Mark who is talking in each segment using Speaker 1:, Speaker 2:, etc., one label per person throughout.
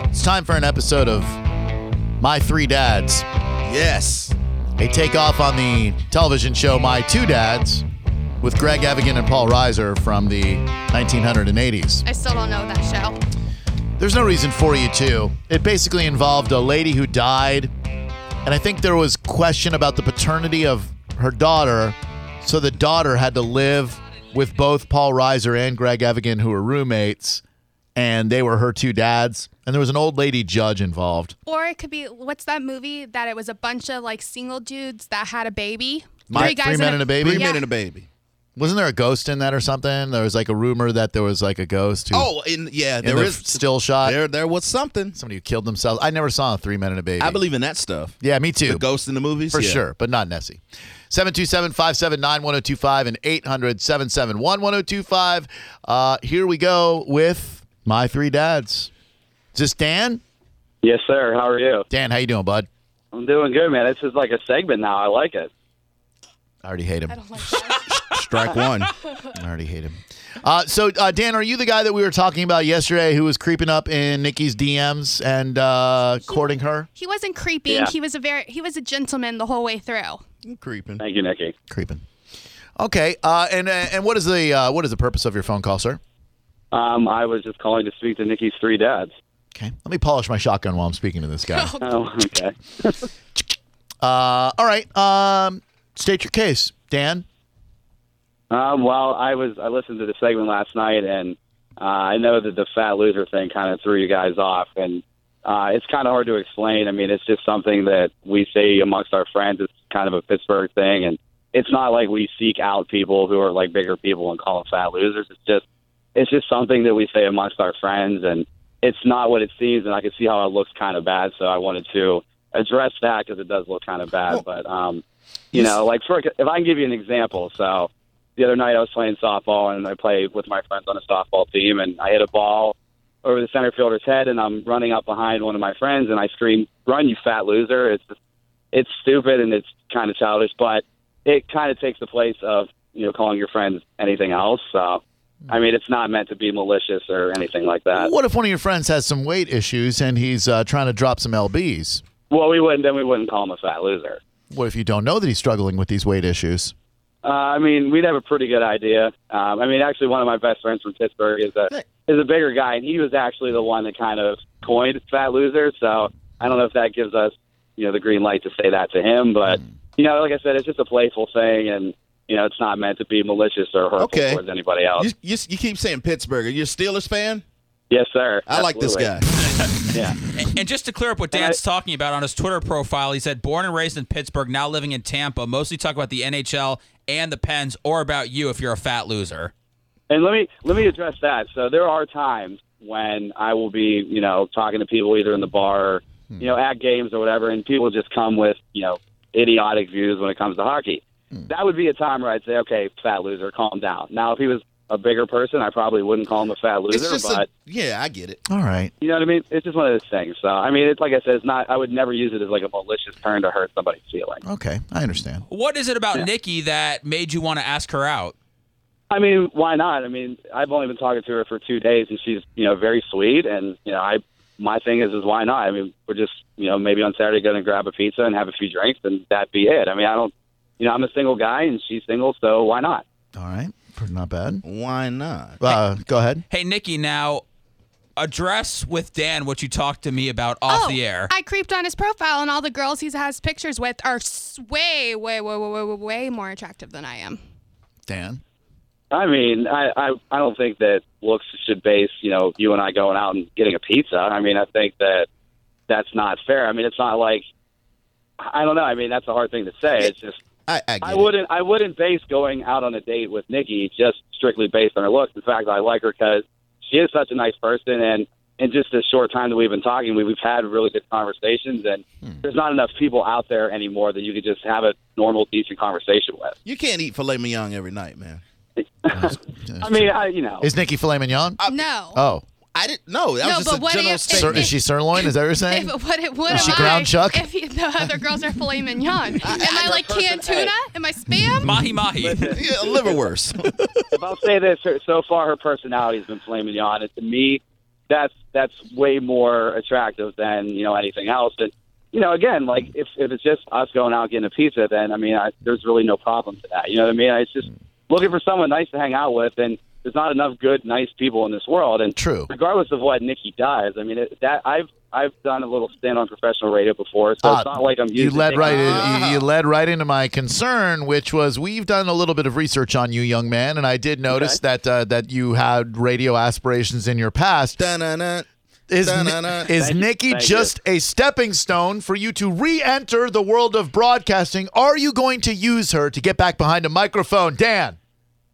Speaker 1: It's time for an episode of My Three Dads.
Speaker 2: Yes.
Speaker 1: a takeoff on the television show My Two Dads with Greg Evigan and Paul Reiser from the 1980s.
Speaker 3: I still don't know that show.
Speaker 1: There's no reason for you to. It basically involved a lady who died, and I think there was question about the paternity of her daughter, so the daughter had to live with both Paul Reiser and Greg Evigan, who were roommates, and they were her two dads, and there was an old lady judge involved.
Speaker 3: Or it could be what's that movie that it was a bunch of like single dudes that had a baby?
Speaker 1: My- Three Men
Speaker 3: in
Speaker 1: and a Baby?
Speaker 2: Three
Speaker 3: Yeah.
Speaker 2: men and a baby.
Speaker 1: Wasn't there a ghost in that or something? There was like a rumor that there was like a ghost who
Speaker 2: Oh, and yeah,
Speaker 1: in
Speaker 2: there
Speaker 1: the
Speaker 2: is
Speaker 1: still shot.
Speaker 2: there there was something.
Speaker 1: somebody who killed themselves. I never saw a three men and a baby.
Speaker 2: I believe in that stuff.
Speaker 1: Yeah, me too.
Speaker 2: The ghost in the movies
Speaker 1: for
Speaker 2: Yeah.
Speaker 1: sure, but not Nessie. 727 579 1025 and 800 771 1025. Uh, Here we go with my three dads. Is this Dan?
Speaker 4: Yes, sir. How are you?
Speaker 1: Dan, how you doing, bud?
Speaker 4: I'm doing good, man. This is like a segment now. I like it.
Speaker 1: I already hate him.
Speaker 3: I don't like that.
Speaker 2: Strike one.
Speaker 1: I already hate him. Uh, so, uh, Dan, are you the guy that we were talking about yesterday who was creeping up in Nikki's DMs and uh, courting her?
Speaker 3: he wasn't creeping.
Speaker 4: Yeah.
Speaker 3: He was a very he was a gentleman the whole way through.
Speaker 2: I'm creeping.
Speaker 4: Thank you, Nikki.
Speaker 1: Creeping. Okay. Uh, and uh, and what is the uh, what is the purpose of your phone call, sir?
Speaker 4: Um, I was just calling to speak to Nikki's three dads.
Speaker 1: Okay. Let me polish my shotgun while I'm speaking to this guy.
Speaker 4: Oh, okay.
Speaker 1: Uh, all right. Um, state your case, Dan.
Speaker 4: Um, well, I was I listened to the segment last night, and uh, I know that the fat loser thing kind of threw you guys off, and uh, it's kind of hard to explain. I mean, it's just something that we say amongst our friends. It's kind of a Pittsburgh thing, and it's not like we seek out people who are like bigger people and call them fat losers. It's just it's just something that we say amongst our friends, and it's not what it seems. And I can see how it looks kind of bad, so I wanted to address that because it does look kind of bad. But um, you know, like for if I can give you an example, so the other night I was playing softball and I played with my friends on a softball team and I hit a ball over the center fielder's head and I'm running up behind one of my friends and I scream, "Run, you fat loser!" It's it's stupid and it's kind of childish, but it kind of takes the place of you know calling your friends anything else. So I mean, it's not meant to be malicious or anything like that.
Speaker 1: What if one of your friends has some weight issues and he's uh, trying to drop some lbs?
Speaker 4: Well, we wouldn't then we wouldn't call him a fat loser.
Speaker 1: What if you don't know that he's struggling with these weight issues?
Speaker 4: Uh, I mean, we'd have a pretty good idea. Um, I mean, actually, one of my best friends from Pittsburgh is a is a bigger guy, and he was actually the one that kind of coined "fat loser." So I don't know if that gives us, you know, the green light to say that to him. But
Speaker 2: Hmm.
Speaker 4: you know, like I said, it's just a playful thing, and you know, it's not meant to be malicious or hurtful
Speaker 2: Okay.
Speaker 4: towards anybody else.
Speaker 2: You, you, you keep saying Pittsburgh. Are you a Steelers fan?
Speaker 4: yes, sir.
Speaker 2: I like this guy.
Speaker 4: Absolutely. Yeah.
Speaker 5: And just to clear up what
Speaker 4: And I-
Speaker 5: Dan's talking about on his Twitter profile, he said, born and raised in Pittsburgh, now living in Tampa, mostly talk about the NHL and the Pens, or about you if you're a fat loser.
Speaker 4: And let me let me address that. So there are times when I will be, you know, talking to people either in the bar, or,
Speaker 2: Hmm.
Speaker 4: you know, at games or whatever, and people just come with, you know, idiotic views when it comes to hockey.
Speaker 2: Hmm.
Speaker 4: That would be a time where I'd say, okay, fat loser, calm down. Now, if he was a bigger person, I probably wouldn't call him a fat loser,
Speaker 2: It's just
Speaker 4: but
Speaker 2: a, yeah, I get it.
Speaker 1: All right.
Speaker 4: you know what I mean? It's just one of those things. So, I mean, it's like I said, it's not. I would never use it as like a malicious turn to hurt somebody's feelings.
Speaker 1: Okay. I understand.
Speaker 5: What is it about Nikki that made you want to ask her out?
Speaker 4: I mean, why not? I mean, I've only been talking to her for two days, and she's you know very sweet. And you know, I my thing is is why not? I mean, we're just you know maybe on Saturday going to grab a pizza and have a few drinks, and that be it. I mean, I don't, you know, I'm a single guy and she's single, so why not?
Speaker 1: All right. Not bad.
Speaker 2: Why not?
Speaker 1: Uh, go ahead.
Speaker 5: Hey, Nikki, now address with Dan what you talked to me about off
Speaker 3: oh,
Speaker 5: the air.
Speaker 3: I creeped on his profile and all the girls he has pictures with are s- way, way, way, way, way, way, way more attractive than I am.
Speaker 1: Dan.
Speaker 4: I mean, I, I I don't think that looks should base you know you and I going out and getting a pizza. I mean, I think that that's not fair. I mean, it's not like I don't know. I mean, that's a hard thing to say. It's just
Speaker 2: I, I get
Speaker 4: I
Speaker 2: it.
Speaker 4: wouldn't. I wouldn't base going out on a date with Nikki just strictly based on her looks. In fact, I like her because she is such a nice person, and in just the short time that we've been talking, we, we've had really good conversations. And there's not enough people out there anymore that you could just have a normal, decent conversation with.
Speaker 2: You can't eat filet mignon every night, man.
Speaker 4: I mean, I, you know,
Speaker 1: Is Nikki filet mignon?
Speaker 2: Uh,
Speaker 3: no.
Speaker 1: Oh.
Speaker 2: I didn't know. That
Speaker 3: No,
Speaker 2: was just
Speaker 3: but
Speaker 2: a
Speaker 3: what
Speaker 2: general
Speaker 3: if-
Speaker 1: Sir,
Speaker 2: statement.
Speaker 1: is she sirloin? Is that what you're
Speaker 3: If,
Speaker 1: saying?
Speaker 3: what what
Speaker 1: Is
Speaker 3: am
Speaker 1: she ground
Speaker 3: I?
Speaker 1: chuck?
Speaker 3: If he- the other girls are filet mignon, am I like canned
Speaker 4: person-
Speaker 3: tuna? Am I spam?
Speaker 5: Mahi Mahi.
Speaker 2: yeah, liverwurst.
Speaker 4: I'll say this: her- so far, her personality's been flaming on. And to me, that's that's way more attractive than you know anything else. And you know, again, like if if it's just us going out getting a pizza, then I mean, I, there's really no problem to that. You know what I mean? It's just looking for someone nice to hang out with, and there's not enough good, nice people in this world. And
Speaker 1: True.
Speaker 4: regardless of what Nikki does, I mean, it, that I've I've done a little stint on professional radio before, so
Speaker 1: Ah,
Speaker 4: it's not like I'm. Ah.
Speaker 1: you
Speaker 4: used to
Speaker 1: led
Speaker 4: taking-
Speaker 1: right in- you, you led right into my concern, which was we've done a little bit of research on you, young man, and I did notice that uh, that you had radio aspirations in your past.
Speaker 2: Da-na-na.
Speaker 1: Is Ni-
Speaker 2: Da-na-na.
Speaker 1: is
Speaker 4: Thank you,
Speaker 1: Nikki
Speaker 4: thank you.
Speaker 1: just a stepping stone for you to re-enter the world of broadcasting? Are you going to use her to get back behind a microphone, Dan?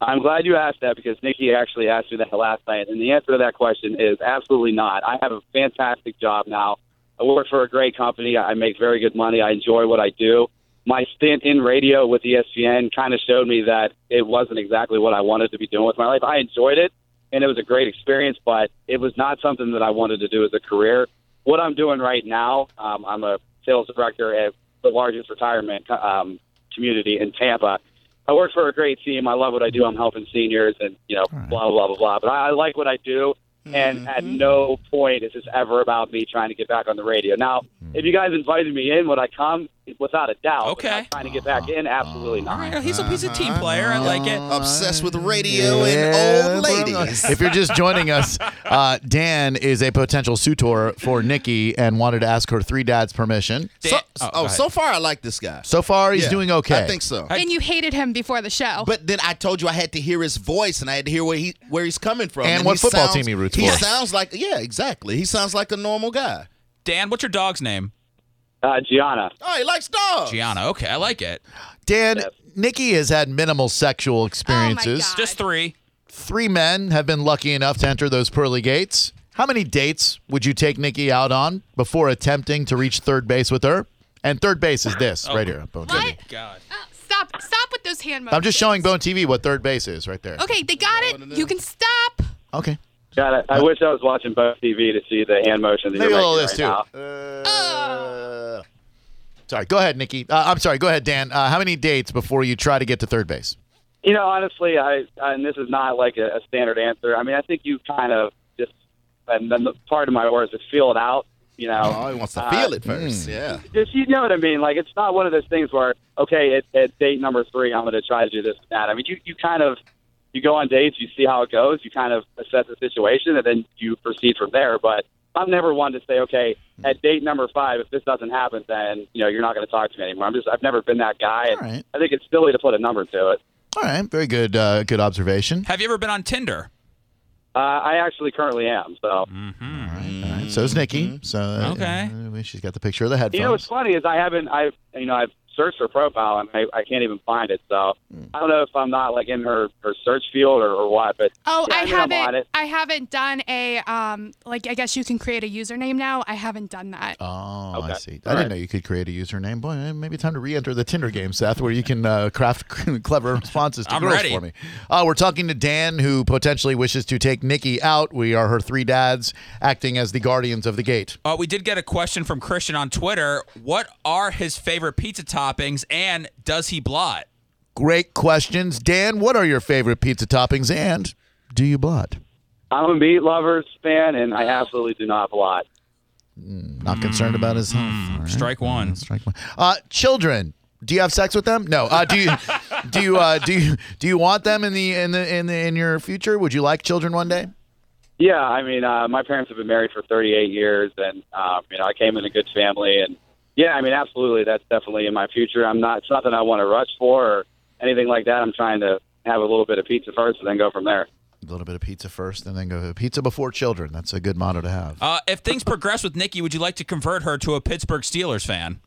Speaker 4: I'm glad you asked that because Nikki actually asked me that last night, and the answer to that question is absolutely not. I have a fantastic job now. I work for a great company. I make very good money. I enjoy what I do. My stint in radio with E ESPN kind of showed me that it wasn't exactly what I wanted to be doing with my life. I enjoyed it, and it was a great experience, but it was not something that I wanted to do as a career. What I'm doing right now, um, I'm a sales director at the largest retirement um, community in Tampa. I work for a great team. I love what I do. I'm helping seniors and, you know, blah, blah, blah, blah. But I, I like what I do. And at no point is this ever about me trying to get back on the radio. Now, if you guys invited me in, would I come? Without a doubt.
Speaker 5: Okay.
Speaker 4: But am trying to get back in? Absolutely
Speaker 5: All
Speaker 4: not.
Speaker 5: right, he's a he's a team player. I like it.
Speaker 4: Uh,
Speaker 2: Obsessed with radio and old ladies.
Speaker 1: If you're just joining us, uh, Dan is a potential suitor for Nikki and wanted to ask her three dads' permission.
Speaker 2: So,
Speaker 5: Dan- go
Speaker 2: oh,
Speaker 5: ahead.
Speaker 2: so far I like this guy.
Speaker 1: So far, he's
Speaker 2: Yeah,
Speaker 1: doing okay.
Speaker 2: I think so.
Speaker 3: and you hated him before the show.
Speaker 2: But then I told you I had to hear his voice and I had to hear where he where he's coming from
Speaker 1: And what football
Speaker 2: sounds-
Speaker 1: team he roots
Speaker 2: he
Speaker 1: for.
Speaker 2: sounds like yeah, exactly. He sounds like a normal guy.
Speaker 5: Dan, what's your dog's name?
Speaker 4: Uh, Gianna.
Speaker 2: Oh, he likes dogs.
Speaker 5: Gianna. Okay, I like it.
Speaker 1: Dan, Nikki has had minimal sexual experiences.
Speaker 3: Oh, God.
Speaker 5: Just three.
Speaker 1: Three men have been lucky enough to enter those pearly gates. How many dates would you take Nikki out on before attempting to reach third base with her? And third base is this
Speaker 4: Oh.
Speaker 1: right here. Bone
Speaker 3: What?
Speaker 1: TV.
Speaker 5: God.
Speaker 3: Oh, stop! Stop with those hand motions.
Speaker 1: I'm just showing Bone TV what third base is right there.
Speaker 3: Okay, they got it. You can stop.
Speaker 1: Okay.
Speaker 4: God, I, I wish I was watching both TV to see the hand motion that
Speaker 1: Maybe a
Speaker 4: you're
Speaker 1: little of
Speaker 4: making
Speaker 1: this
Speaker 4: right now.
Speaker 1: too. Uh, sorry. Go ahead, Nikki. Uh, I'm sorry. Go ahead, Dan. Uh, how many dates before you try to get to third base?
Speaker 4: You know, honestly, I and this is not like a, a standard answer. I mean, I think you kind of just and then the part of my words is feel it out. You know,
Speaker 2: Oh, he wants to feel it
Speaker 1: Mm.
Speaker 2: first. Yeah.
Speaker 4: Just you know what I mean. Like it's not one of those things where okay, at, at date number three, I'm going to try to do this and that. I mean, you you kind of you go on dates, you see how it goes, you kind of assess the situation, and then you proceed from there. But I'm never one to say, okay, at date number five, if this doesn't happen, then you know you're not going to talk to me anymore. I'm just I've never been that guy, and
Speaker 1: All right.
Speaker 4: I think it's silly to put a number to it.
Speaker 1: All right. Very good. Uh, good observation.
Speaker 5: Have you ever been on Tinder?
Speaker 4: Uh, I actually currently am. So
Speaker 1: All right. So is Nikki. So uh,
Speaker 5: Mm-hmm. Okay.
Speaker 1: uh, she's got the picture of the headphones.
Speaker 4: you know what's funny is I haven't I you know I've searched her profile and I, I can't even find it. So I don't know if I'm not like in her her search field or, or what. But
Speaker 3: Oh,
Speaker 4: yeah,
Speaker 3: I
Speaker 4: I mean, I'm on
Speaker 3: haven't.
Speaker 4: it.
Speaker 3: I haven't done a um. Like I guess you can create a username now. I haven't done that.
Speaker 1: Oh, I
Speaker 4: Okay.
Speaker 1: see. I didn't
Speaker 4: All right.
Speaker 1: know you could create a username. Boy, eh, maybe time to re-enter the Tinder game, Seth, where you can uh, craft clever responses to
Speaker 5: I'm
Speaker 1: girls
Speaker 5: ready.
Speaker 1: for me. Uh, we're talking to Dan, who potentially wishes to take Nikki out. We are her three dads, acting as the guardians of the gate.
Speaker 5: Uh, we did get a question from Christian on Twitter. What are his favorite pizza toppings, and does he blot?
Speaker 1: Great questions, Dan. What are your favorite pizza toppings, and do you blot?
Speaker 4: I'm a meat lovers fan and I absolutely do not blot.
Speaker 1: Not concerned about his health. All right.
Speaker 5: Strike one.
Speaker 1: Mm-hmm. Strike one. Uh, children. Do you have sex with them? No. Uh, do you do you uh, do you do you want them in the in the in the in your future? Would you like children one day?
Speaker 4: Yeah, I mean, uh, my parents have been married for 38 years, and um, you know, I came in a good family, and yeah, I mean, absolutely, that's definitely in my future. I'm not it's nothing I want to rush for or anything like that. I'm trying to have a little bit of pizza first and then go from there.
Speaker 1: A little bit of pizza first, and then go pizza before children. That's a good motto to have.
Speaker 5: Uh, if things progress with Nikki, would you like to convert her to a Pittsburgh Steelers fan?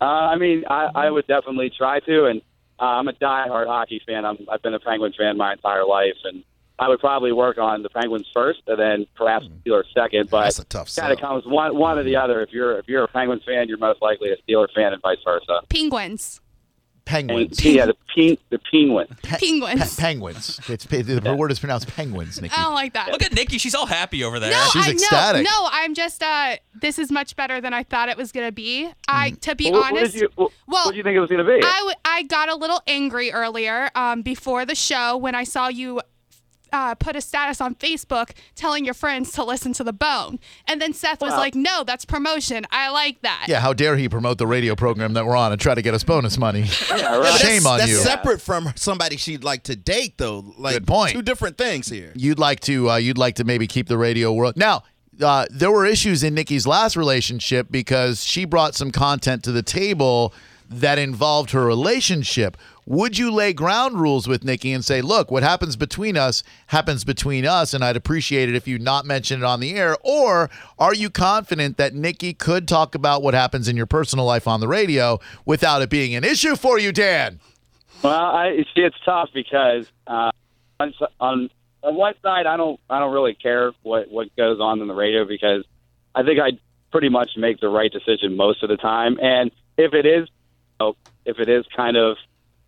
Speaker 4: Uh, I mean, I, I would definitely try to, and uh, I'm a diehard hockey fan. I'm, I've been a Penguins fan my entire life, and I would probably work on the Penguins first, and then perhaps Steelers second. But
Speaker 2: Hmm. That's a tough
Speaker 4: kind of
Speaker 2: sell.
Speaker 4: comes one one or the other. If you're if you're a Penguins fan, you're most likely a Steelers fan, and vice versa.
Speaker 3: Penguins.
Speaker 4: And
Speaker 1: Penguins.
Speaker 4: yeah, the pe- the penguin.
Speaker 3: Penguins.
Speaker 1: penguins. It's pe- the word is pronounced penguins, Nikki.
Speaker 3: I don't like that.
Speaker 5: Look at Nikki; she's all happy over there.
Speaker 3: No,
Speaker 1: She's
Speaker 3: I
Speaker 1: ecstatic.
Speaker 3: know. No, I'm just. Uh, this is much better than I thought it was gonna be. I,
Speaker 1: Mm-hmm.
Speaker 3: to be
Speaker 4: What, what
Speaker 3: honest,
Speaker 4: did you what,
Speaker 3: well,
Speaker 4: what did you think it was going to be?
Speaker 3: I, w- I got a little angry earlier um, before the show when I saw you uh, put a status on Facebook telling your friends to listen to The Bone. And then Seth was like, no, that's promotion. I like that.
Speaker 1: Yeah, how dare he promote the radio program that we're on and try to get us bonus money?
Speaker 4: Yeah, right.
Speaker 2: But
Speaker 1: Shame
Speaker 2: that's,
Speaker 1: on
Speaker 2: that's
Speaker 1: you.
Speaker 2: separate from somebody she'd like to date, though. Like,
Speaker 1: Good point.
Speaker 2: Two different things here.
Speaker 1: You'd like to, uh, you'd like to maybe keep the radio world. Now, uh, there were issues in Nikki's last relationship because she brought some content to the table that involved her relationship. Would you lay ground rules with Nikki and say, "Look, what happens between us happens between us, and I'd appreciate it if you not mention it on the air"? Or are you confident that Nikki could talk about what happens in your personal life on the radio without it being an issue for you, Dan?
Speaker 4: Well, I, you see, it's tough because uh, on, s- on on one side, I don't I don't really care what what goes on in the radio because I think I pretty much make the right decision most of the time. And if it is, you know, if it is kind of,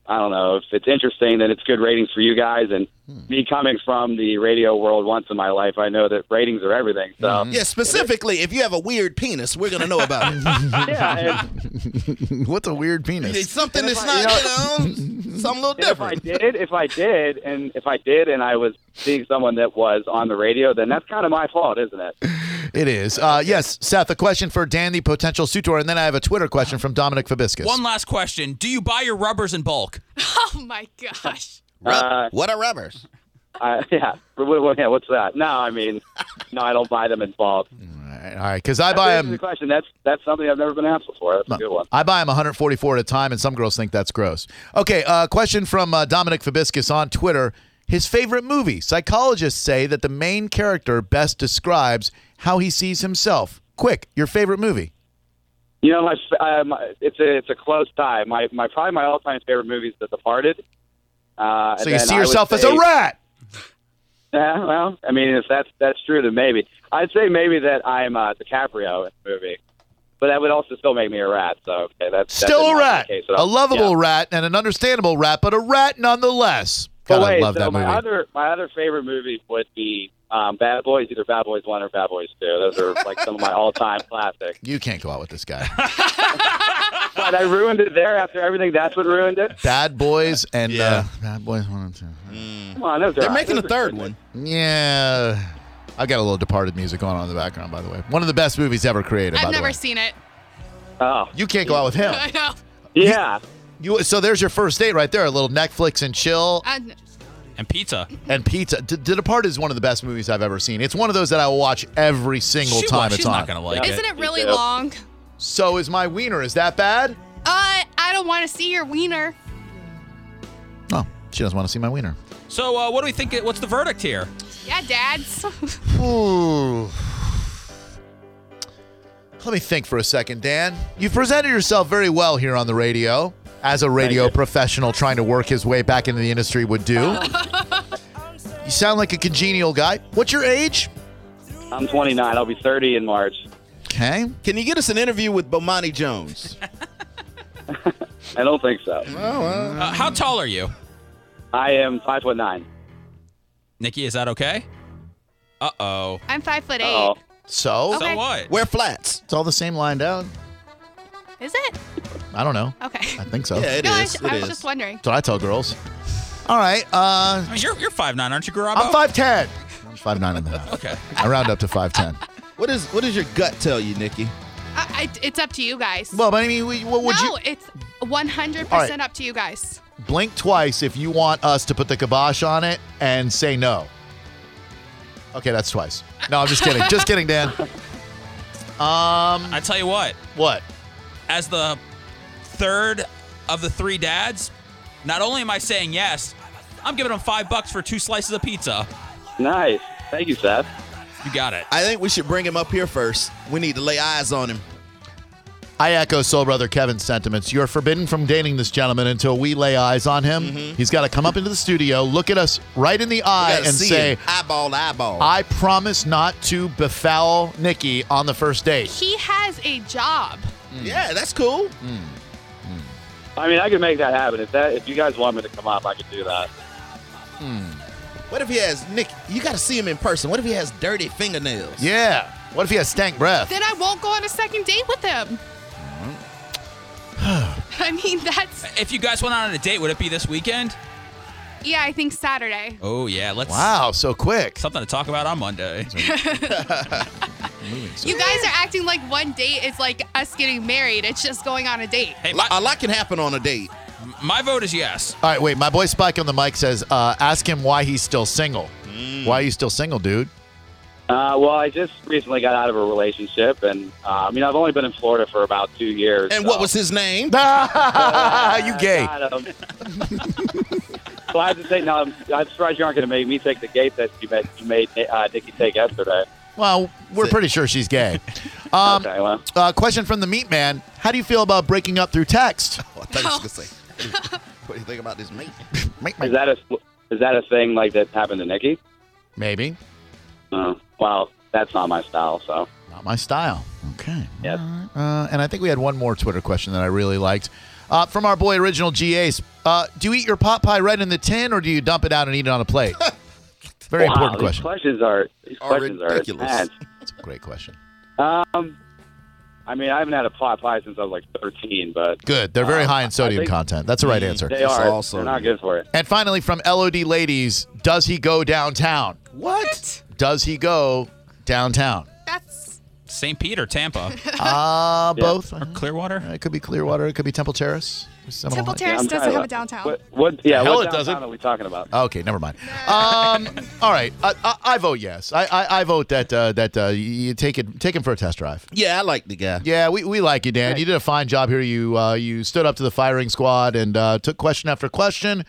Speaker 4: I don't know, if it's interesting, then it's good ratings for you guys. And me coming from the radio world once in my life, I know that ratings are everything. So
Speaker 2: Yeah, specifically, if you have a weird penis, we're gonna know about it.
Speaker 4: yeah, and-
Speaker 1: What's a weird penis?
Speaker 2: It's something that's
Speaker 4: I-
Speaker 2: not, you know, something a little
Speaker 4: And if I
Speaker 2: different.
Speaker 4: did, if I did, and if I did, and I was seeing someone that was on the radio, then that's kind of my fault, isn't it?
Speaker 1: It is. Uh, yes, Seth, a question for Dan, the potential suitor, and then I have a Twitter question from Dominic Fabiscus.
Speaker 5: One last question: Do you buy your rubbers in bulk?
Speaker 3: Oh my gosh.
Speaker 2: Rub-
Speaker 4: Uh,
Speaker 2: what are rubbers?
Speaker 4: I, yeah, But what- what- yeah, what's that? No, I mean, no, I don't buy them in bulk.
Speaker 1: All right, because I buy
Speaker 4: the
Speaker 1: them.
Speaker 4: question. That's that's something I've never been asked before. That's a good one.
Speaker 1: I buy them 144 at a time, and some girls think that's gross. Okay, uh, question from uh, Dominic Fabiscus on Twitter. His favorite movie. Psychologists say that the main character best describes how he sees himself. Quick, your favorite movie.
Speaker 4: You know, my, f- uh, my it's a it's a close tie. My my probably my all time favorite movie is The Departed. Uh, and
Speaker 1: So you
Speaker 4: then
Speaker 1: see
Speaker 4: I would
Speaker 1: yourself as
Speaker 4: say-
Speaker 1: a rat.
Speaker 4: Yeah, well, I mean, if that's that's true, then maybe I'd say maybe that I'm uh, DiCaprio in the movie, but that would also still make me a rat. So okay, that's that
Speaker 1: Still
Speaker 4: did
Speaker 1: a
Speaker 4: not
Speaker 1: rat.
Speaker 4: make the case at
Speaker 1: A
Speaker 4: all.
Speaker 1: lovable
Speaker 4: Yeah.
Speaker 1: rat and an understandable rat, but a rat nonetheless. God,
Speaker 4: but wait,
Speaker 1: I love
Speaker 4: so
Speaker 1: that
Speaker 4: my
Speaker 1: movie.
Speaker 4: other my other favorite movie would be um, Bad Boys, either Bad Boys One or Bad Boys Two. Those are like some of my all time classics.
Speaker 1: you can't go out with this guy.
Speaker 4: But I ruined it there after everything. That's what ruined it.
Speaker 1: Bad Boys and uh,
Speaker 2: Yeah.
Speaker 1: Bad Boys One and Two.
Speaker 4: Come on, those are
Speaker 2: They're
Speaker 4: all-
Speaker 2: making a
Speaker 4: those are
Speaker 2: third
Speaker 4: good.
Speaker 2: one.
Speaker 1: Yeah, I got a little Departed music going on in the background. By the way, one of the best movies ever created. by
Speaker 3: I've
Speaker 1: the
Speaker 3: never
Speaker 1: way.
Speaker 3: seen it.
Speaker 4: Oh,
Speaker 1: You can't go out with him.
Speaker 3: I know.
Speaker 4: yeah.
Speaker 1: You so there's your first date right there. A little Netflix and chill
Speaker 3: I,
Speaker 5: And pizza.
Speaker 1: and pizza. D- D- Departed is one of the best movies I've ever seen. It's one of those that I will watch every single
Speaker 5: She
Speaker 1: time
Speaker 5: won't-
Speaker 1: it's
Speaker 5: she's
Speaker 1: on.
Speaker 5: not gonna like
Speaker 4: Yeah.
Speaker 5: it.
Speaker 3: isn't it really
Speaker 4: Yeah.
Speaker 3: long?
Speaker 1: so is my wiener. Is that bad?
Speaker 3: Uh, I don't want to see your wiener.
Speaker 1: No, she doesn't want to see my wiener.
Speaker 5: So, uh, what do we think? What's the verdict here?
Speaker 3: Yeah, dads.
Speaker 1: Ooh. Hmm. Let me think for a second, Dan. You've presented yourself very well here on the radio, as a radio
Speaker 4: you.
Speaker 1: professional trying to work his way back into the industry would do. you sound like a congenial guy. What's your age?
Speaker 4: I'm 29. I'll be 30 in March.
Speaker 1: Okay.
Speaker 2: Can you get us an interview with Bomani Jones?
Speaker 4: I don't think so.
Speaker 5: Uh,
Speaker 1: Um,
Speaker 5: how tall are you,
Speaker 4: I am five foot nine.
Speaker 5: Nikki? Is that okay? Uh oh.
Speaker 3: I'm five foot eight.
Speaker 4: Oh,
Speaker 1: So?
Speaker 5: So
Speaker 3: Okay.
Speaker 5: what?
Speaker 2: Wear flats.
Speaker 1: It's all the same lined out.
Speaker 3: Is it?
Speaker 1: I don't know.
Speaker 3: Okay.
Speaker 1: I think so.
Speaker 2: Yeah, it
Speaker 3: no, I,
Speaker 2: is.
Speaker 3: was-
Speaker 2: It
Speaker 3: I was
Speaker 2: is.
Speaker 3: just wondering.
Speaker 1: That's what I tell girls. All right. Uh,
Speaker 5: I mean, you're you're five nine, aren't you, Garabo?
Speaker 1: I'm 5'10. I'm 5'9 and a half.
Speaker 5: Okay.
Speaker 1: I round up to 5'10.
Speaker 2: What is what does your gut tell you, Nikki?
Speaker 3: Uh, I, I, it's up to you guys.
Speaker 1: Well, but I mean, we- what would you.
Speaker 3: no, it's 100%
Speaker 1: All right.
Speaker 3: up to you guys.
Speaker 1: blink twice if you want us to put the kibosh on it and say no. Okay, that's twice. No, I'm just kidding. just kidding, Dan. Um,
Speaker 5: I tell you what.
Speaker 1: what?
Speaker 5: as the third of the three dads, not only am I saying yes, I'm giving them five bucks for two slices of pizza.
Speaker 4: nice. Thank you, Seth.
Speaker 5: You got it.
Speaker 2: I think we should bring him up here first. We need to lay eyes on him.
Speaker 1: I echo Soul Brother Kevin's sentiments. You're forbidden from dating this gentleman until we lay eyes on him. He's got to come up into the studio, look at us right in the
Speaker 2: We
Speaker 1: eye,
Speaker 2: Mm-hmm. gotta
Speaker 1: and
Speaker 2: see
Speaker 1: say,
Speaker 2: him. eyeball to eyeball.
Speaker 1: I promise not to befoul Nikki on the first date.
Speaker 3: He has a job.
Speaker 2: Mm. yeah, that's cool.
Speaker 4: I mean, I could make that happen if that if you guys want me to come up, I could do that.
Speaker 2: What if he has Nick? You got to see him in person. What if he has dirty fingernails?
Speaker 1: Yeah. What if he has stank breath?
Speaker 3: Then I won't go on a second date with him. I mean, that's.
Speaker 5: If you guys went out on a date, would it be this weekend?
Speaker 3: Yeah, I think Saturday.
Speaker 5: Oh yeah, let's
Speaker 1: Wow, so quick.
Speaker 5: something to talk about on Monday.
Speaker 3: You guys are acting like one date is like us getting married. It's just going on a date.
Speaker 5: Hey,
Speaker 2: Lo-
Speaker 5: my,
Speaker 2: A lot can happen on a date.
Speaker 5: my vote is yes.
Speaker 1: All right, wait. My boy Spike on the mic says, uh, "Ask him why he's still single.
Speaker 2: Mm.
Speaker 1: Why are you still single, dude?
Speaker 4: Uh, well, I just recently got out of a relationship, and uh, I mean, I've only been in Florida for about two years.
Speaker 2: And
Speaker 4: so-
Speaker 2: what was his name?
Speaker 1: you gay?
Speaker 4: Got him. so I have to say, no, I'm, I'm surprised you aren't going to make me take the gay test you made, you made uh, Nikki take yesterday.
Speaker 1: Well, we're pretty sure she's gay." Um,
Speaker 4: okay, well,
Speaker 1: uh, question from the meat man: How do you feel about breaking up through text?
Speaker 2: Oh, I thought you was gonna say. What do you think about this mate?
Speaker 4: is that a is that a thing like that happened to Nikki?
Speaker 1: Maybe
Speaker 4: Uh, well, that's not my style. So
Speaker 1: not my style. Okay.
Speaker 4: Yes.
Speaker 1: All right. Uh, and I think we had one more Twitter question that I really liked uh, from our boy Original GAs. Uh, do you eat your pot pie right in the tin, or do you dump it out and eat it on a plate? Very
Speaker 4: wow,
Speaker 1: important
Speaker 4: these
Speaker 1: question.
Speaker 4: Questions are these
Speaker 2: Are
Speaker 4: questions
Speaker 2: ridiculous.
Speaker 4: are
Speaker 1: It's a great question.
Speaker 4: intense. Um, I mean, I haven't had a pot pie since I was like 13, but
Speaker 1: Good. They're very
Speaker 4: Uh,
Speaker 1: high in sodium
Speaker 4: think-
Speaker 1: content. That's the right answer.
Speaker 4: they
Speaker 2: It's
Speaker 4: are
Speaker 2: all sodium.
Speaker 4: they're not good for it.
Speaker 1: And finally, from LOD Ladies, does he go downtown?
Speaker 2: What?
Speaker 1: Does he go downtown?
Speaker 3: That's
Speaker 5: St. Pete or Tampa
Speaker 1: Uh,
Speaker 4: Yeah.
Speaker 1: both.
Speaker 5: or Clearwater?
Speaker 1: It could be Clearwater. It could be Temple Terrace. Seminole
Speaker 3: Temple
Speaker 1: Heights.
Speaker 4: Yeah,
Speaker 3: Terrace
Speaker 4: I'm
Speaker 3: doesn't
Speaker 4: trying to-
Speaker 3: have a downtown.
Speaker 4: What, what yeah,
Speaker 1: hell
Speaker 4: what
Speaker 1: it
Speaker 4: downtown
Speaker 1: doesn't.
Speaker 4: are we talking about?
Speaker 1: Okay, never mind. Um, all right, I, I, I vote yes. I, I, I vote that uh, that uh, you take it take him for a test drive.
Speaker 2: Yeah, I like the guy.
Speaker 1: Yeah, we, we like you, Dan. You did a fine job here. You uh, you stood up to the firing squad and uh, took question after question.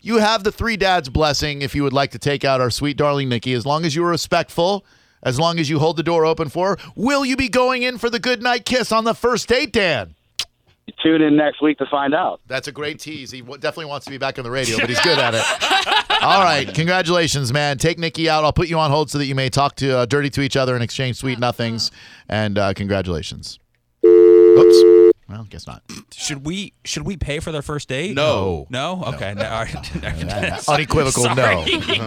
Speaker 1: You have the three dads' blessing if you would like to take out our sweet darling Nikki. As long as you are respectful, as long as you hold the door open for her, will you be going in for the goodnight kiss on the first date, Dan?
Speaker 4: Tune in next week to find out.
Speaker 1: That's a great tease. He w- definitely wants to be back on the radio, but he's good at it. All right, congratulations, man. Take Nikki out. I'll put you on hold so that you may talk to uh, dirty to each other and exchange sweet nothings. And uh, congratulations. Oops. Well, guess not.
Speaker 5: Should we should we pay for their first date?
Speaker 2: No.
Speaker 5: No? Okay. No. all right.
Speaker 1: Unequivocal
Speaker 5: Sorry.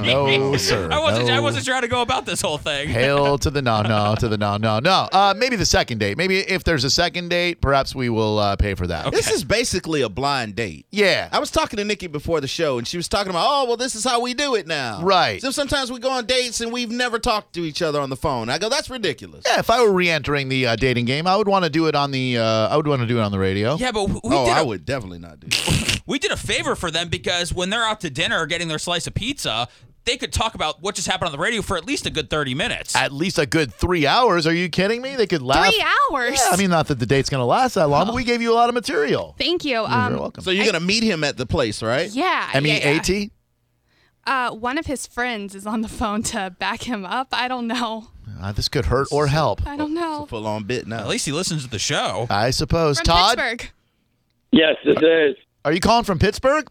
Speaker 1: no. No, sir.
Speaker 5: I wasn't
Speaker 1: no.
Speaker 5: I wasn't trying to go about this whole thing.
Speaker 1: Hail to the no, no, to the no, no, no. Uh, maybe the second date. Maybe if there's a second date, perhaps we will uh, pay for that.
Speaker 2: This is basically a blind date.
Speaker 1: Yeah.
Speaker 2: I was talking to Nikki before the show, and she was talking about, oh, well, this is how we do it now.
Speaker 1: Right.
Speaker 2: So sometimes we go on dates and we've never talked to each other on the phone. I go, that's ridiculous.
Speaker 1: Yeah, if I were re-entering the uh, dating game, I would want to do it on the. Uh, I would want to do it on the radio.
Speaker 5: Yeah, but we we
Speaker 2: oh,
Speaker 5: did
Speaker 2: I
Speaker 5: a,
Speaker 2: would definitely not do that.
Speaker 5: we did a favor for them because when they're out to dinner or getting their slice of pizza, they could talk about what just happened on the radio for at least a good 30 minutes.
Speaker 1: At least a good three hours. Are you kidding me? They could laugh.
Speaker 3: Three hours. Oh.
Speaker 1: Yeah, I mean, not that the date's going to last that long, but we gave you a lot of material.
Speaker 3: Thank you.
Speaker 1: You're
Speaker 3: Um,
Speaker 1: very welcome.
Speaker 2: so you're going to meet him at the place, right?
Speaker 3: Yeah.
Speaker 1: M E
Speaker 3: yeah, yeah.
Speaker 1: A T.
Speaker 3: Uh, one of his friends is on the phone to back him up. I don't know.
Speaker 1: Uh, This could hurt or help,
Speaker 3: I don't know.
Speaker 2: Full on bit now.
Speaker 5: At least he listens to the show.
Speaker 1: I suppose.
Speaker 3: From
Speaker 1: Todd,
Speaker 3: Pittsburgh.
Speaker 4: Yes, this is.
Speaker 1: are you calling from Pittsburgh?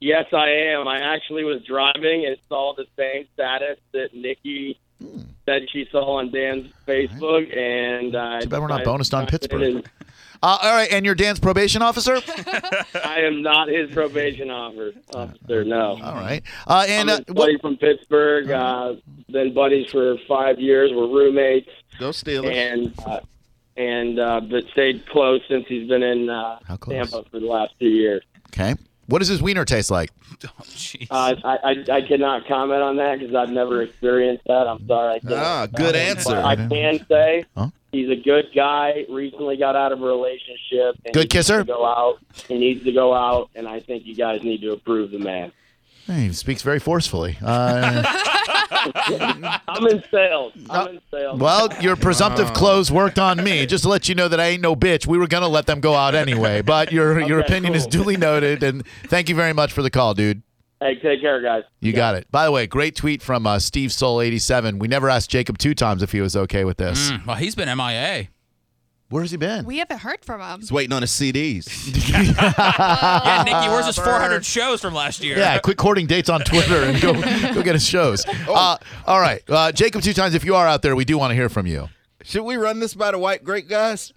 Speaker 4: Yes, I am. I actually was driving and saw the same status that Nikki said she saw on Dan's Facebook, and uh,
Speaker 1: Hmm. Too bad we're not
Speaker 4: I-
Speaker 1: bonused on
Speaker 4: I-
Speaker 1: Pittsburgh. Uh, all right, and you're Dan's probation officer.
Speaker 4: I am not his probation officer. Officer, no.
Speaker 1: all right, uh, and uh,
Speaker 4: I'm his
Speaker 1: what,
Speaker 4: buddy from Pittsburgh. Uh, been buddies for five years. We're roommates,
Speaker 2: Go Steelers.
Speaker 4: and uh, and uh, but stayed close since he's been in uh,
Speaker 1: How close?
Speaker 4: Tampa for the last two years.
Speaker 1: okay, what does his wiener taste like?
Speaker 5: Oh, Jeez.
Speaker 4: Uh, I, I I cannot comment on that because I've never experienced that. I'm sorry. I can't.
Speaker 2: Ah, good answer.
Speaker 4: But I can say
Speaker 1: Huh?
Speaker 4: he's a good guy. Recently got out of a relationship. And
Speaker 1: Good
Speaker 4: he needs
Speaker 1: kisser?
Speaker 4: To go out. He needs to go out, and I think you guys need to approve the man.
Speaker 1: Hey, he speaks very forcefully. Uh,
Speaker 4: I'm in sales. I'm in sales.
Speaker 1: Ah, well, your presumptive clothes worked on me. Just to let you know that I ain't no bitch. We were gonna let them go out anyway, but your your
Speaker 4: Okay,
Speaker 1: opinion is
Speaker 4: cool.
Speaker 1: duly noted, and thank you very much for the call, dude.
Speaker 4: Hey, take care, guys.
Speaker 1: You got it. By the way, great tweet from uh, Steve Soul eighty seven. We never asked Jacob two times if he was okay with this.
Speaker 5: Mm, well, he's been MIA.
Speaker 1: Where has he been?
Speaker 3: We haven't heard from him.
Speaker 2: He's waiting on his CDs.
Speaker 5: Yeah, Nikki, where's his 400 shows from last year?
Speaker 1: Yeah, quit courting dates on Twitter and go go get his shows. Uh, all right, uh, Jacob, two times. If you are out there, we do want to hear from you.
Speaker 2: Should we run this by the white great guys?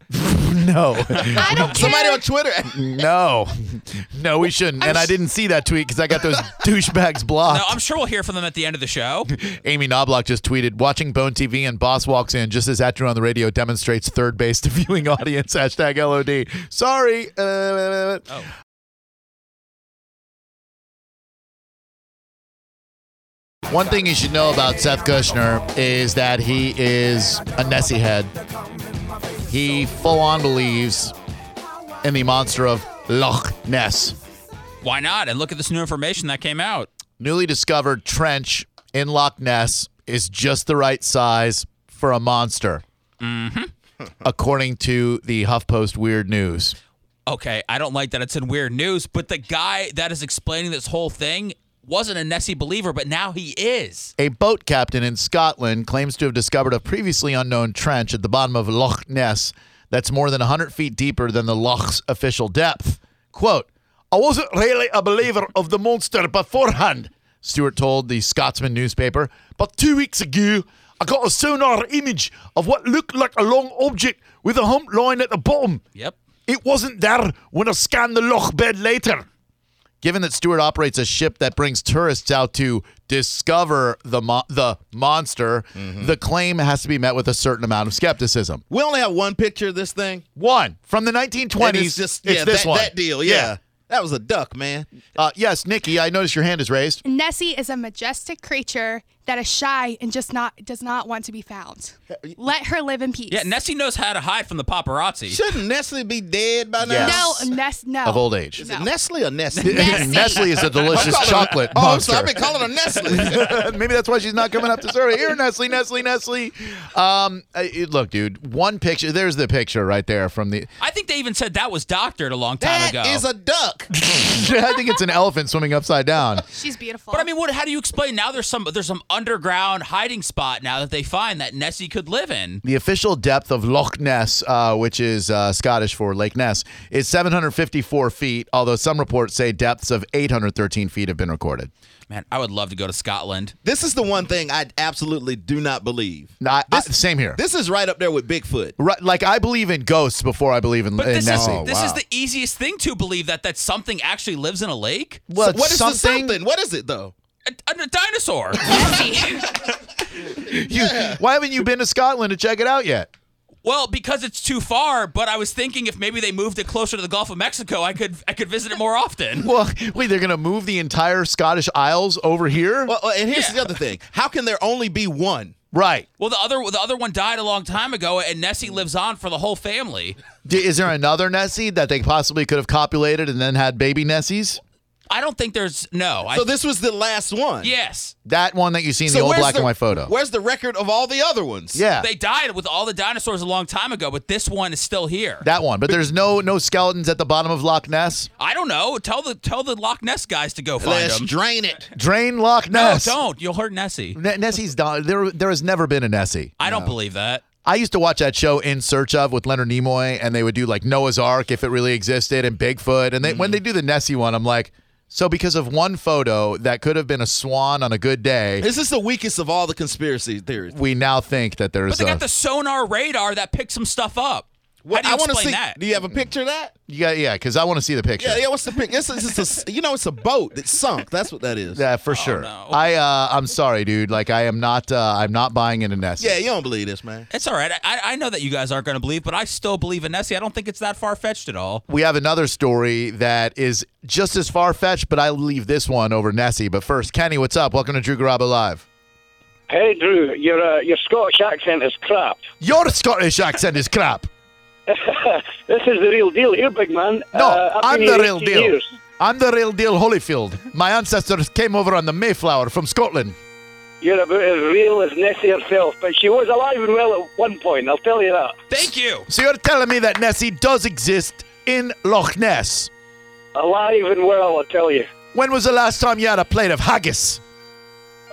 Speaker 1: No,
Speaker 3: I don't care.
Speaker 2: Somebody on Twitter.
Speaker 1: no, no, we shouldn't. And I didn't see that tweet because I got those douchebags
Speaker 5: No,
Speaker 1: blocked.
Speaker 5: I'm sure we'll hear from them at the end of the show.
Speaker 1: Amy Knobloch just tweeted, "Watching Bone TV and Boss walks in just as Atru on the radio demonstrates third base to viewing audience." Hashtag LOD.
Speaker 5: Oh,
Speaker 1: Sorry. Uh, One thing you should know about Seth Kushner is that he is a Nessie head. He full on believes in the monster of Loch Ness.
Speaker 5: Why not? And look at this new information that came out.
Speaker 1: Newly discovered trench in Loch Ness is just the right size for a monster, according to the HuffPost Weird News.
Speaker 5: Okay, I don't like that it's in weird news, but the guy that is explaining this whole thing wasn't a Nessie believer, but now he is.
Speaker 1: A boat captain in Scotland claims to have discovered a previously unknown trench at the bottom of Loch Ness that's more than 100 feet deeper than the Loch's official depth. Quote, I wasn't really a believer of the monster beforehand, Stewart told the Scotsman newspaper, but two weeks ago, I got a sonar image of what looked like a long object with a hump line at the bottom.
Speaker 5: Yep.
Speaker 1: It wasn't there when I scanned the loch bed later. Given that Stewart operates a ship that brings tourists out to discover the mo- the monster, the claim has to be met with a certain amount of skepticism.
Speaker 2: We only have one picture of this thing.
Speaker 1: One from the 1920s.
Speaker 2: And it's just yeah,
Speaker 1: this
Speaker 2: that,
Speaker 1: one.
Speaker 2: that deal. Yeah. that was a duck, man.
Speaker 1: Uh, yes, Nikki. I noticed your hand is raised.
Speaker 3: Nessie is a majestic creature that is shy and just not does not want to be found. Let her live in peace.
Speaker 5: Yeah, Nessie knows how to hide from the paparazzi.
Speaker 2: Shouldn't Nestle be dead by now?
Speaker 3: No,
Speaker 1: Yes.
Speaker 3: Ness, no.
Speaker 1: Of old age.
Speaker 2: Is it Nestle or Nestle?
Speaker 3: Nessie.
Speaker 1: Nestle is a delicious chocolate
Speaker 2: Oh, I'm
Speaker 1: monster.
Speaker 2: sorry. I've been calling her Nestle.
Speaker 1: Maybe that's why she's not coming up to Surrey. Here, Nestle, Nestle, Nestle. Um, I- look, dude. One picture. There's the picture right there from the.
Speaker 5: I think they even said that was doctored a long
Speaker 2: That
Speaker 5: time ago.
Speaker 2: is a duck.
Speaker 1: I think it's an elephant swimming upside down.
Speaker 3: She's beautiful.
Speaker 5: but I mean, what? How do you explain now? There's some there's some underground hiding spot now that they find that Nessie could live in.
Speaker 1: The official depth of Loch Ness, uh, which is uh, Scottish for Lake Ness, is 754 feet, although some reports say depths of 813 feet have been recorded.
Speaker 5: Man, I would love to go to Scotland.
Speaker 2: This is the one thing I absolutely do not believe.
Speaker 1: Now, I- I-
Speaker 2: This-
Speaker 1: same here.
Speaker 2: This is right up there with Bigfoot.
Speaker 1: right, like, I believe in ghosts before I believe in,
Speaker 5: But
Speaker 1: in
Speaker 5: this is
Speaker 1: Nessie.
Speaker 5: this is
Speaker 2: wow.
Speaker 5: the easiest thing to believe that that something actually lives in a lake.
Speaker 1: Well,
Speaker 2: So what is the
Speaker 1: something-
Speaker 2: something? What is it though?
Speaker 5: A, a dinosaur.
Speaker 3: Nessie.
Speaker 1: You- Why haven't you been to Scotland to check it out yet?
Speaker 5: well, because it's too far. But I was thinking if maybe they moved it closer to the Gulf of Mexico, I could I could visit it more often.
Speaker 1: Well, wait, they're going to move the entire Scottish Isles over here?
Speaker 2: Well, well, and here's
Speaker 5: Yeah.
Speaker 2: the other thing. How can there only be one?
Speaker 1: right.
Speaker 5: Well, the other the other one died a long time ago, and Nessie lives on for the whole family.
Speaker 1: D- is there another Nessie that they possibly could have copulated and then had baby Nessies?
Speaker 5: I don't think there's no. I,
Speaker 2: So this was the last one.
Speaker 5: yes,
Speaker 1: That one that you see in
Speaker 2: So
Speaker 1: the old
Speaker 2: where's
Speaker 1: black
Speaker 2: the-
Speaker 1: and white photo.
Speaker 2: Where's the record of all the other ones?
Speaker 1: yeah.
Speaker 5: they died with all the dinosaurs a long time ago, but this one is still here.
Speaker 1: That one, but there's no no skeletons at the bottom of Loch Ness.
Speaker 5: I don't know. Tell the tell the Loch Ness guys to go find
Speaker 2: Let's
Speaker 5: them.
Speaker 2: drain it.
Speaker 1: Drain Loch
Speaker 5: no,
Speaker 1: Ness.
Speaker 5: don't. You'll hurt Nessie.
Speaker 1: Ne- Nessie's done. There there has never been a Nessie.
Speaker 5: I don't believe that.
Speaker 1: I used to watch that show In Search of with Leonard Nimoy, and they would do like Noah's Ark if it really existed, and Bigfoot. And they,
Speaker 2: Mm.
Speaker 1: when they do the Nessie one, I'm like, so because of one photo that could have been a swan on a good day,
Speaker 2: This is the weakest of all the conspiracy theories.
Speaker 1: we now think that there's
Speaker 5: But they
Speaker 1: a.
Speaker 5: got the sonar radar that picks some stuff up. How do you
Speaker 2: I wanna
Speaker 5: explain
Speaker 2: see.
Speaker 5: that?
Speaker 2: Do you have a picture of that?
Speaker 1: you got yeah, because I want to see the picture.
Speaker 2: Yeah, yeah. What's the picture? It's, it's, just a, you know, it's a boat that sunk. That's what that is.
Speaker 1: Yeah, for sure.
Speaker 5: no.
Speaker 1: I uh, I'm sorry, dude. Like I am not uh, I'm not buying into Nessie.
Speaker 2: Yeah, you don't believe this, man.
Speaker 5: It's all right. I- I, I know that you guys aren't going to believe, but I still believe in Nessie. I don't think it's that far fetched at all.
Speaker 1: we have another story that is just as far fetched, but I leave this one over Nessie. But first, Kenny, what's up? Welcome to Drew Garabo Live.
Speaker 6: Hey, Drew, your uh, your Scottish accent is crap.
Speaker 1: Your Scottish accent is crap.
Speaker 6: This is the real deal here, big man.
Speaker 1: No,
Speaker 6: Uh, I've
Speaker 1: I'm
Speaker 6: been
Speaker 1: the
Speaker 6: here
Speaker 1: real
Speaker 6: 18
Speaker 1: deal.
Speaker 6: years.
Speaker 1: I'm the real deal, Holyfield. My ancestors came over on the Mayflower from Scotland.
Speaker 6: You're about as real as Nessie herself, but she was alive and well at one point. I'll tell you that.
Speaker 5: Thank you.
Speaker 1: So you're telling me that Nessie does exist in Loch Ness?
Speaker 6: Alive and well, I'll tell you.
Speaker 1: When was the last time you had a plate of haggis?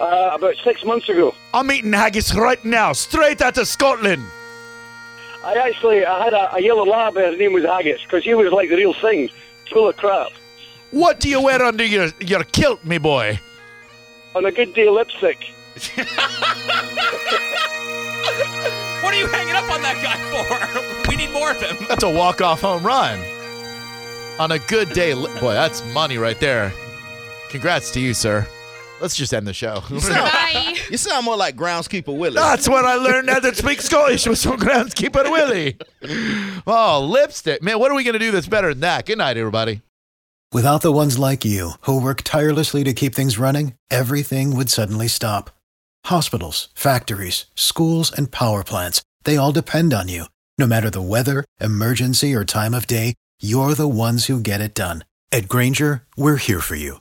Speaker 6: Uh, about six months ago,
Speaker 1: I'm eating haggis right now, straight out of Scotland.
Speaker 6: I actually I had a, a yellow lab. and His name was Haggis because he was like the real thing, full of crap.
Speaker 1: What do you wear under your, your kilt, me boy?
Speaker 6: On a good day, lipstick.
Speaker 5: What are you hanging up on that guy for? We need more of him.
Speaker 1: That's a walk-off home run. On a good day, li- boy, that's money right there. Congrats to you, sir. Let's just end the show.
Speaker 3: Bye.
Speaker 2: You sound more like groundskeeper Willis.
Speaker 1: that's when I learned how to speak Scottish with some groundskeeper Willie. Oh, lipstick. Man, what are we going to do that's better than that? Good night, everybody.
Speaker 7: Without the ones like you, who work tirelessly to keep things running, everything would suddenly stop. Hospitals, factories, schools, and power plants, they all depend on you. No matter the weather, emergency, or time of day, you're the ones who get it done. At Granger, we're here for you